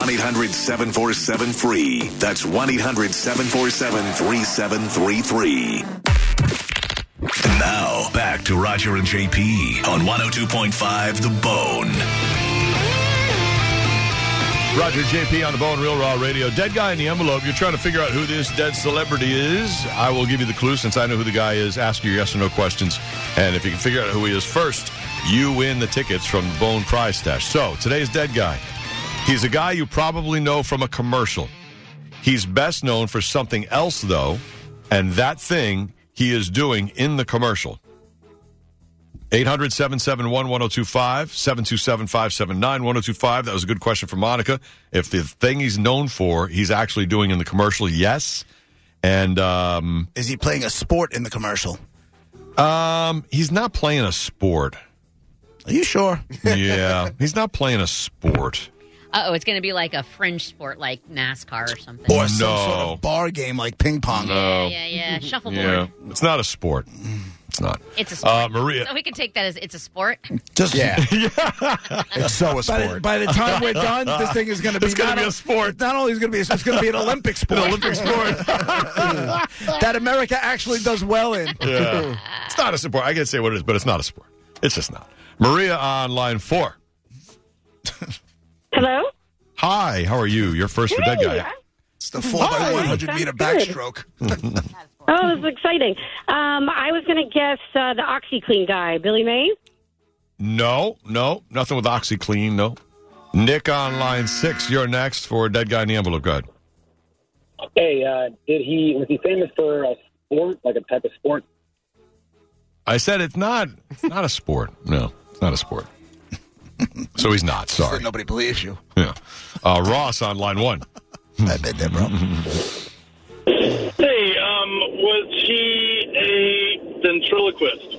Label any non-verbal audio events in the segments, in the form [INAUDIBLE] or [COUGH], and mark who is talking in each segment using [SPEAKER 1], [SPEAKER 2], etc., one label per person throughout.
[SPEAKER 1] 1 800 747 free. That's 1 800 747 3733. Now, back to Roger and JP on 102.5 The Bone.
[SPEAKER 2] Roger JP on the Bone Real Raw Radio. Dead guy in the envelope. You're trying to figure out who this dead celebrity is. I will give you the clue since I know who the guy is. Ask your yes or no questions. And if you can figure out who he is first, you win the tickets from the Bone Prize Stash. So today's dead guy. He's a guy you probably know from a commercial. He's best known for something else, though, and that thing he is doing in the commercial. 800 771 1025, 727 579 1025. That was a good question for Monica. If the thing he's known for, he's actually doing in the commercial, yes. And um,
[SPEAKER 3] Is he playing a sport in the commercial?
[SPEAKER 2] um, he's not playing a sport.
[SPEAKER 3] Are you sure?
[SPEAKER 2] Yeah, he's not playing a sport.
[SPEAKER 4] Uh oh, it's going to be like a fringe sport like NASCAR or something.
[SPEAKER 3] Or some sort
[SPEAKER 2] No.
[SPEAKER 3] of bar game like ping pong?
[SPEAKER 4] Yeah, yeah, yeah. Shuffleboard.
[SPEAKER 2] Yeah, it's not a sport. It's not.
[SPEAKER 4] It's a sport.
[SPEAKER 2] Uh, Maria.
[SPEAKER 4] So we can take that as it's a sport.
[SPEAKER 3] Just yeah. [LAUGHS]
[SPEAKER 5] [LAUGHS] It's so a sport. By the, time we're done, this thing is
[SPEAKER 3] [LAUGHS]
[SPEAKER 5] going to be
[SPEAKER 2] It's gonna
[SPEAKER 5] not
[SPEAKER 2] be a sport.
[SPEAKER 5] Not only is going to be a, it's going to be an Olympic sport.
[SPEAKER 2] An
[SPEAKER 5] [LAUGHS]
[SPEAKER 2] Olympic sport.
[SPEAKER 5] that America actually does well in.
[SPEAKER 2] Yeah. It's not a sport. I can say what it is, but it's not a sport. It's just not. Maria on line four.
[SPEAKER 6] Hello?
[SPEAKER 2] Hi, how are you? You're first for dead
[SPEAKER 6] Hey,
[SPEAKER 2] guy.
[SPEAKER 3] [LAUGHS] It's the 4 by 100
[SPEAKER 6] Sounds
[SPEAKER 3] meter
[SPEAKER 6] good.
[SPEAKER 3] backstroke.
[SPEAKER 6] Oh, this is exciting. Um, I was going to guess uh, the OxyClean guy, Billy May.
[SPEAKER 2] No, no, nothing with OxyClean. No. Nick on line six. You're next for dead guy in the envelope. Go ahead.
[SPEAKER 7] Hey, uh, did he was he famous for a sport, like a type of sport?
[SPEAKER 2] I said it's not. It's not a sport. No, it's not a sport. So he's not.
[SPEAKER 3] That
[SPEAKER 2] Sorry.
[SPEAKER 3] nobody believes you.
[SPEAKER 2] Yeah. Uh, Ross on line one.
[SPEAKER 5] Hmm.
[SPEAKER 3] I bet that, bro.
[SPEAKER 8] Hey, um, was he a ventriloquist?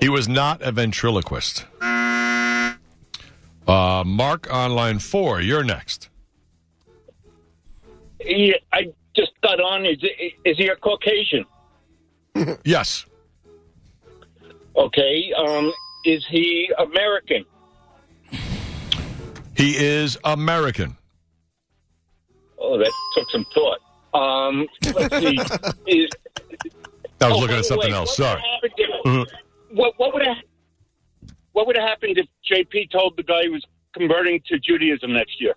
[SPEAKER 2] He was not a ventriloquist. Uh, Mark on line four. You're next.
[SPEAKER 8] He, I just got on. Is, is he a Caucasian?
[SPEAKER 2] Yes.
[SPEAKER 8] Okay. Um, is he American?
[SPEAKER 2] He is American.
[SPEAKER 8] Oh, that took some thought. Um, let's
[SPEAKER 9] [LAUGHS]
[SPEAKER 8] see. is,
[SPEAKER 2] I was
[SPEAKER 8] oh,
[SPEAKER 2] looking
[SPEAKER 8] by
[SPEAKER 2] at
[SPEAKER 8] the
[SPEAKER 2] something
[SPEAKER 8] way,
[SPEAKER 2] else. Sorry.
[SPEAKER 8] what would have happened if- What, what would have what would have happened if JP told the guy he was converting to Judaism next year?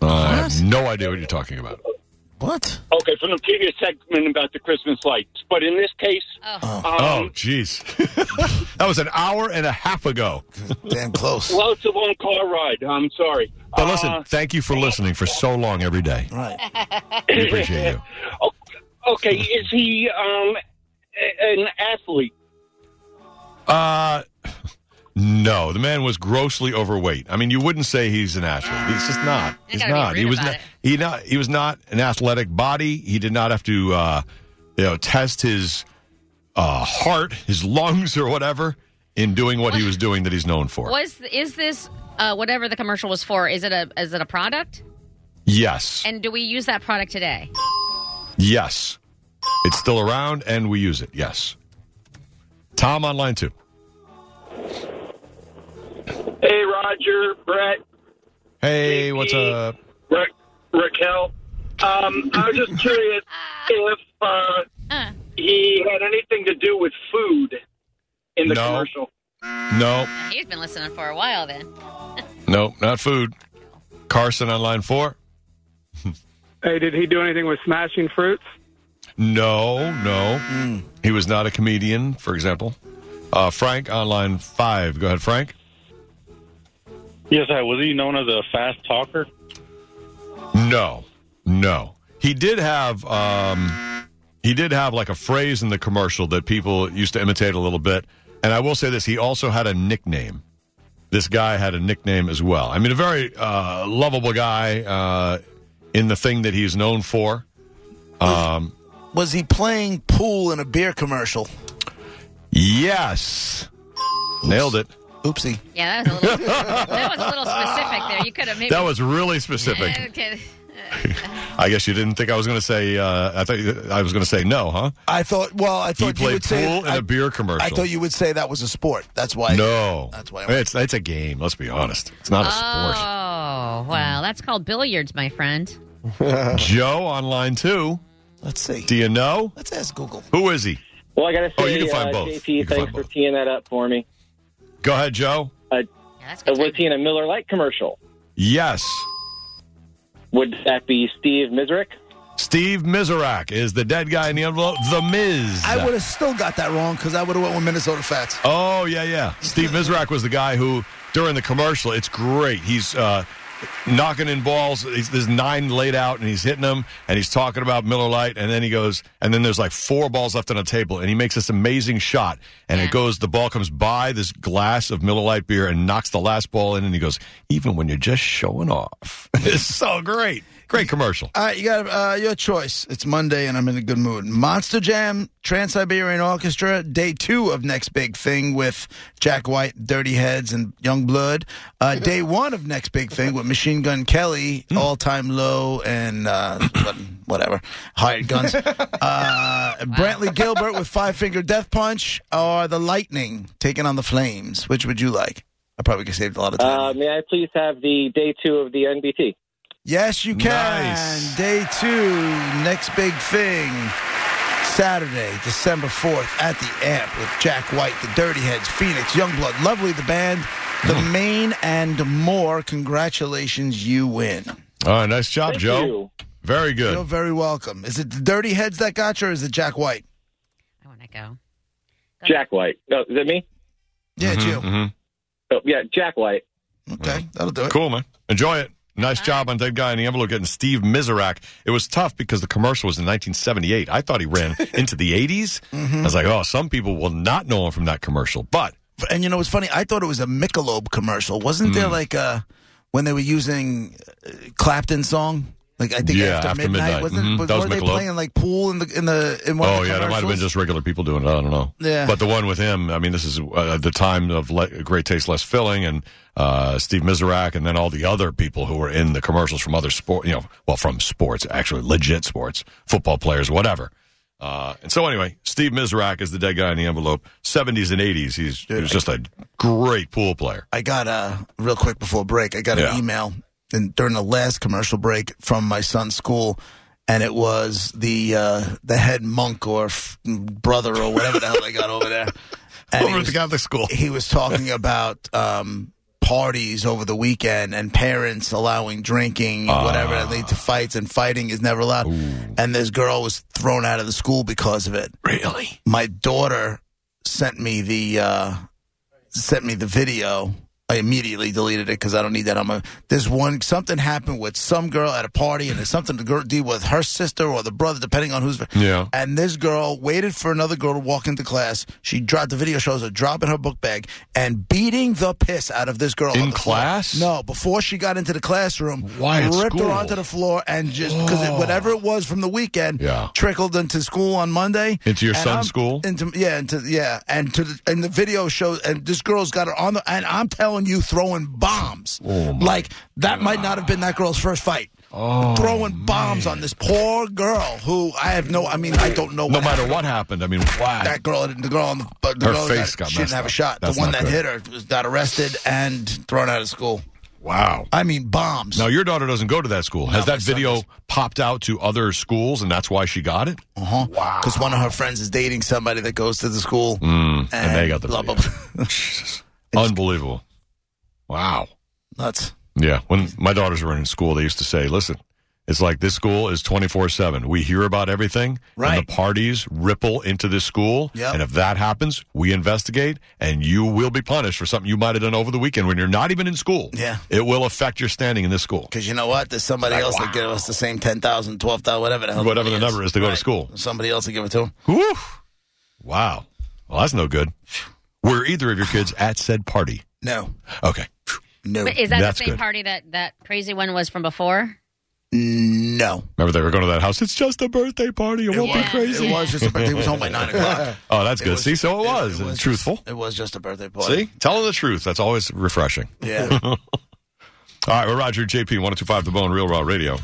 [SPEAKER 2] I have no idea what you're talking about.
[SPEAKER 3] What?
[SPEAKER 8] Okay, from the previous segment about the Christmas lights, but in this case,
[SPEAKER 4] Oh.
[SPEAKER 2] Oh,
[SPEAKER 8] um,
[SPEAKER 2] jeez. [LAUGHS] that was an hour and a half ago.
[SPEAKER 3] Damn close.
[SPEAKER 8] well, it's a long car ride. I'm sorry.
[SPEAKER 2] But Oh. listen,
[SPEAKER 8] Uh,
[SPEAKER 2] thank you for listening for so long every day.
[SPEAKER 3] Right.
[SPEAKER 2] We
[SPEAKER 4] [LAUGHS]
[SPEAKER 2] appreciate you.
[SPEAKER 8] Okay, is he um, a- an athlete?
[SPEAKER 2] Uh, no, the man was grossly overweight. I mean, you wouldn't say he's an athlete. He's just not.
[SPEAKER 4] Mm. You
[SPEAKER 2] He's
[SPEAKER 4] gotta be
[SPEAKER 2] not. He
[SPEAKER 4] rude
[SPEAKER 2] was
[SPEAKER 4] about
[SPEAKER 2] not.
[SPEAKER 4] it.
[SPEAKER 2] He not. He was not an athletic body. He did not have to, uh, you know, test his uh, heart, his [LAUGHS] lungs, or whatever in doing what he was doing that he's known for.
[SPEAKER 4] Was is this uh, whatever the commercial was for? Is it a is it a product?
[SPEAKER 2] Yes.
[SPEAKER 4] And do we use that product today?
[SPEAKER 2] Yes. It's still around and we use it. Yes. Tom on line two.
[SPEAKER 8] Hey, Roger, Brett,
[SPEAKER 2] Hey, what's up?
[SPEAKER 8] Ra- Raquel. Um, I was just curious if uh,
[SPEAKER 4] Uh.
[SPEAKER 8] he had anything to do with food in the
[SPEAKER 2] No.
[SPEAKER 8] commercial.
[SPEAKER 2] No,
[SPEAKER 4] He's been listening for a while then.
[SPEAKER 2] no, not food. Carson on line four.
[SPEAKER 10] Hey, did he do anything with smashing fruits?
[SPEAKER 2] No, no. He was not a comedian, for example. Uh, Frank on line five. Go ahead, Frank.
[SPEAKER 11] Yes, I was he known as a fast talker?
[SPEAKER 2] No, no. He did have um, he did have like a phrase in the commercial that people used to imitate a little bit. And I will say this: he also had a nickname. This guy had a nickname as well. I mean, a very uh, lovable guy uh, in the thing that he's known for. Um,
[SPEAKER 3] Was he playing pool in a beer commercial?
[SPEAKER 2] yes, nailed it.
[SPEAKER 3] Oopsie.
[SPEAKER 4] Yeah, that was
[SPEAKER 2] [LAUGHS]
[SPEAKER 4] a little that was a little specific there. You could have maybe
[SPEAKER 2] That was really specific.
[SPEAKER 4] Okay.
[SPEAKER 2] I guess you didn't think I was going to say. Uh, I thought you- I was going to say no, huh?
[SPEAKER 3] I thought, well, I
[SPEAKER 2] He
[SPEAKER 3] thought you
[SPEAKER 2] played pool
[SPEAKER 3] would say.
[SPEAKER 2] in
[SPEAKER 3] I,
[SPEAKER 2] a beer commercial.
[SPEAKER 3] I thought you would say that was a sport. That's why.
[SPEAKER 2] No,
[SPEAKER 3] That's why I went-
[SPEAKER 2] it's it's a game. Let's be honest. It's not a sport.
[SPEAKER 4] Oh, That's called billiards, my friend.
[SPEAKER 2] Joe on line two.
[SPEAKER 3] Let's see.
[SPEAKER 2] Do you know?
[SPEAKER 3] Let's ask Google.
[SPEAKER 2] Who is he?
[SPEAKER 9] Well, I got to say,
[SPEAKER 2] Oh, you can find
[SPEAKER 9] uh,
[SPEAKER 2] both.
[SPEAKER 9] JP,
[SPEAKER 2] You can
[SPEAKER 9] thanks
[SPEAKER 2] find
[SPEAKER 9] for teeing that up for me.
[SPEAKER 2] Go ahead, Joe.
[SPEAKER 9] Uh, uh, we're seeing a Miller Lite commercial.
[SPEAKER 2] Yes.
[SPEAKER 9] Would that be Steve Miserick?
[SPEAKER 2] Steve Mizrak is the dead guy in the envelope. The Miz.
[SPEAKER 3] I would have still got that wrong because I would have went with Minnesota Fats.
[SPEAKER 2] Oh yeah, yeah. Steve Mizrak was the guy who during the commercial. It's great. He's uh, knocking in balls. He's, there's nine laid out, and he's hitting them, and he's talking about Miller Lite, and then he goes, and then there's like four balls left on the table, and he makes this amazing shot, and it goes. The ball comes by this glass of Miller Lite beer and knocks the last ball in, and he goes, even when you're just showing off, [LAUGHS] it's so great. Great commercial.
[SPEAKER 3] All right, you got uh, your choice. It's Monday, and I'm in a good mood. Monster Jam, Trans Siberian Orchestra, day two of Next Big Thing with Jack White, Dirty Heads, and Young Blood. Uh, day one of Next Big Thing with Machine Gun Kelly, All Time Low, and uh, what- whatever, Hired Guns. Uh, Brantley Gilbert with Five Finger Death Punch, or The Lightning taking on the Flames. Which would you like? I probably could save a lot of time.
[SPEAKER 9] Uh, may I please have the day two of the NBT?
[SPEAKER 3] Yes, you can. Day two, next big thing. Saturday, December 4th at the Amp with Jack White, the Dirty Heads, Phoenix, Youngblood, Lovely, the band, the main, and more. Congratulations, you win.
[SPEAKER 2] All right, nice job,
[SPEAKER 3] Thank
[SPEAKER 2] Joe.
[SPEAKER 3] you.
[SPEAKER 2] Very good.
[SPEAKER 3] You're very welcome. Is it the Dirty Heads that got you, or is it Jack White?
[SPEAKER 9] Jack White. No, is it me?
[SPEAKER 3] Yeah, it's you.
[SPEAKER 9] Oh, yeah, Jack White.
[SPEAKER 3] Okay, that'll do it.
[SPEAKER 2] Cool, man. Enjoy it. Nice job on Dead Guy in the Envelope getting Steve Mizrak. It was tough because the commercial was in 1978. I thought he ran into the 80s. I was like, oh, some people will not know him from that commercial. But
[SPEAKER 3] And you know, it's funny. I thought it was a Michelob commercial. Wasn't there
[SPEAKER 2] Hmm.
[SPEAKER 3] like a when they were using uh, Clapton song? Like I think
[SPEAKER 2] Yeah,
[SPEAKER 3] after,
[SPEAKER 2] After
[SPEAKER 3] midnight,
[SPEAKER 2] Midnight.
[SPEAKER 3] wasn't
[SPEAKER 2] Mhm.
[SPEAKER 3] was,
[SPEAKER 2] That was
[SPEAKER 3] were they
[SPEAKER 2] Michelob.
[SPEAKER 3] playing like pool in the in the in one?
[SPEAKER 2] oh
[SPEAKER 3] of the
[SPEAKER 2] yeah, that might have been
[SPEAKER 3] commercials?
[SPEAKER 2] just regular people doing it. I don't know.
[SPEAKER 3] Yeah.
[SPEAKER 2] But the one with him, I mean, this is uh, the time of le- Great Taste, Less Filling, and uh, Steve Mizrak, and then all the other people who were in the commercials from other sport, you know, well, from sports, actually legit sports, football players, whatever. Uh, and so anyway, Steve Mizrak is the dead guy in the envelope. Seventies and eighties, he's he was just a great pool player.
[SPEAKER 3] I got a real quick before break. I got an
[SPEAKER 2] Yeah.
[SPEAKER 3] email and during the last commercial break from my son's school, and it was the uh, the head monk or f- brother or whatever the hell they got
[SPEAKER 2] [LAUGHS]
[SPEAKER 3] over there. And over at the
[SPEAKER 2] Catholic
[SPEAKER 3] [LAUGHS]
[SPEAKER 2] school,
[SPEAKER 3] he was
[SPEAKER 2] [LAUGHS]
[SPEAKER 3] talking about um, parties over the weekend and parents allowing drinking and whatever that
[SPEAKER 2] Ah.
[SPEAKER 3] lead to fights, and fighting is never allowed. And this girl was thrown out of the school because of it.
[SPEAKER 2] Really,
[SPEAKER 3] my daughter sent me the. Uh, sent me the video. I immediately deleted it because I don't need that on my. There's one something happened with some girl at a party, and it's something to girl deal with her sister or the brother, depending on who's.
[SPEAKER 2] Yeah.
[SPEAKER 3] And this girl waited for another girl to walk into class. She dropped the video shows her dropping her book bag and beating the piss out of this girl
[SPEAKER 2] In
[SPEAKER 3] on the floor.
[SPEAKER 2] class?
[SPEAKER 3] No, before she got into the classroom,
[SPEAKER 2] Why, at
[SPEAKER 3] ripped
[SPEAKER 2] school?
[SPEAKER 3] her onto the floor and just because
[SPEAKER 2] Oh.
[SPEAKER 3] whatever it was from the weekend
[SPEAKER 2] Yeah.
[SPEAKER 3] trickled into school on Monday.
[SPEAKER 2] Into your
[SPEAKER 3] And
[SPEAKER 2] son's
[SPEAKER 3] I'm-
[SPEAKER 2] school?
[SPEAKER 3] into yeah, into yeah, and to the, and the video shows, and this girl's got her on the, and I'm telling you, throwing bombs.
[SPEAKER 2] Oh
[SPEAKER 3] like that might not have been that girl's first fight.
[SPEAKER 2] Oh,
[SPEAKER 3] throwing bombs on this poor girl who I have no, I mean, I don't know.
[SPEAKER 2] no
[SPEAKER 3] what
[SPEAKER 2] matter
[SPEAKER 3] happened.
[SPEAKER 2] what happened, I mean, wow.
[SPEAKER 3] That girl, the girl on the, but the
[SPEAKER 2] Her
[SPEAKER 3] girl
[SPEAKER 2] face
[SPEAKER 3] that-
[SPEAKER 2] got
[SPEAKER 3] she didn't
[SPEAKER 2] messed
[SPEAKER 3] have a
[SPEAKER 2] up.
[SPEAKER 3] shot.
[SPEAKER 2] That's
[SPEAKER 3] the one
[SPEAKER 2] not
[SPEAKER 3] that
[SPEAKER 2] good.
[SPEAKER 3] hit her was got arrested and thrown out of school.
[SPEAKER 2] Wow.
[SPEAKER 3] I mean, bombs.
[SPEAKER 2] Now your daughter doesn't go to that school. Has that video popped out to other schools, and that's why she got it?
[SPEAKER 3] Uh huh. Wow. Because one of her friends is dating somebody that goes to the school,
[SPEAKER 2] Mm, and, they got the
[SPEAKER 3] blah,
[SPEAKER 2] video.
[SPEAKER 3] blah, blah.
[SPEAKER 2] unbelievable. Wow.
[SPEAKER 3] [LAUGHS] nuts.
[SPEAKER 2] Yeah. When my daughters were in school, they used to say, "Listen, it's like this school is twenty four seven. We hear about everything,
[SPEAKER 3] Right.
[SPEAKER 2] and the parties ripple into this school.
[SPEAKER 3] Yep.
[SPEAKER 2] And if that happens, we investigate, and you will be punished for something you might have done over the weekend when you're not even in school.
[SPEAKER 3] Yeah.
[SPEAKER 2] It will affect your standing in this school,
[SPEAKER 3] Because you know what? There's somebody else that give us the same 10,000, 12,000, whatever the hell.
[SPEAKER 2] whatever the
[SPEAKER 3] money
[SPEAKER 2] number is to go to school.
[SPEAKER 3] Somebody else will give it to him.
[SPEAKER 2] Whew. Wow. Well, that's no good. Were either of your kids at said party?
[SPEAKER 3] No.
[SPEAKER 2] Okay.
[SPEAKER 3] No.
[SPEAKER 4] Wait, is that
[SPEAKER 2] That's
[SPEAKER 4] the same
[SPEAKER 2] good.
[SPEAKER 4] party that that crazy one was from before?
[SPEAKER 3] No.
[SPEAKER 2] Remember, they were going to that house. It's just a birthday party. It, won't be crazy.
[SPEAKER 3] It was just a birthday. He was home by 9
[SPEAKER 2] [LAUGHS]
[SPEAKER 3] o'clock.
[SPEAKER 2] Oh, that's
[SPEAKER 3] It
[SPEAKER 2] good.
[SPEAKER 3] was-
[SPEAKER 2] See, so it was,
[SPEAKER 3] was
[SPEAKER 2] truthful.
[SPEAKER 3] It was just a birthday party.
[SPEAKER 2] See, telling the truth. That's always refreshing. [LAUGHS]
[SPEAKER 3] Yeah.
[SPEAKER 2] oh All right, we're Roger JP, 1025 The Bone, Real Raw Radio.